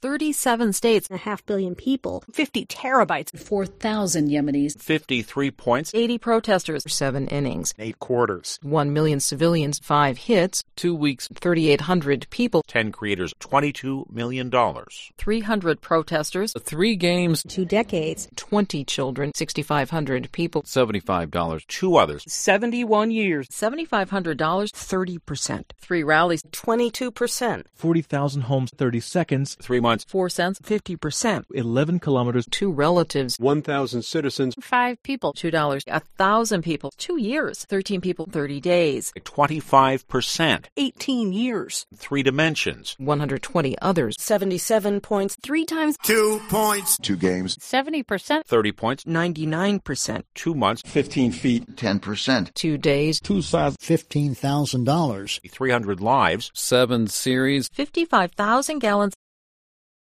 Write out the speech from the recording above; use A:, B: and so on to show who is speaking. A: 37 states,
B: and a half billion people,
C: 50 terabytes,
D: 4,000 Yemenis,
E: 53 points,
A: 80 protesters, 7 innings,
E: 8 quarters,
A: 1 million civilians, 5 hits,
E: 2 weeks,
A: 3,800 people,
E: 10 creators, $22 million.
A: 300 protesters,
F: 3 games,
B: two decades,
A: 20 children, 6,500 people,
F: $75.
E: Two others,
C: 71 years,
A: $7,500,
G: 30%,
A: 3 rallies,
G: 22%,
H: 40,000 homes, 30 seconds,
E: 3 months,
A: 4 cents,
G: 50%,
H: 11 kilometers,
A: 2 relatives,
I: 1,000 citizens,
A: 5 people, $2, a 1,000 people, 2 years, 13 people, 30 days,
E: 25%,
C: 18 years,
E: 3 dimensions,
A: 120 others,
G: 77 points,
B: 3 times,
J: Two points.
K: two games,
L: 70%,
E: 30 points,
G: 99%,
E: 2 months,
I: 15 feet,
K: 10%,
A: 2 days,
I: two sides,
M: $15,000.
E: 300 lives,
F: 7 series,
A: 55,000 gallons,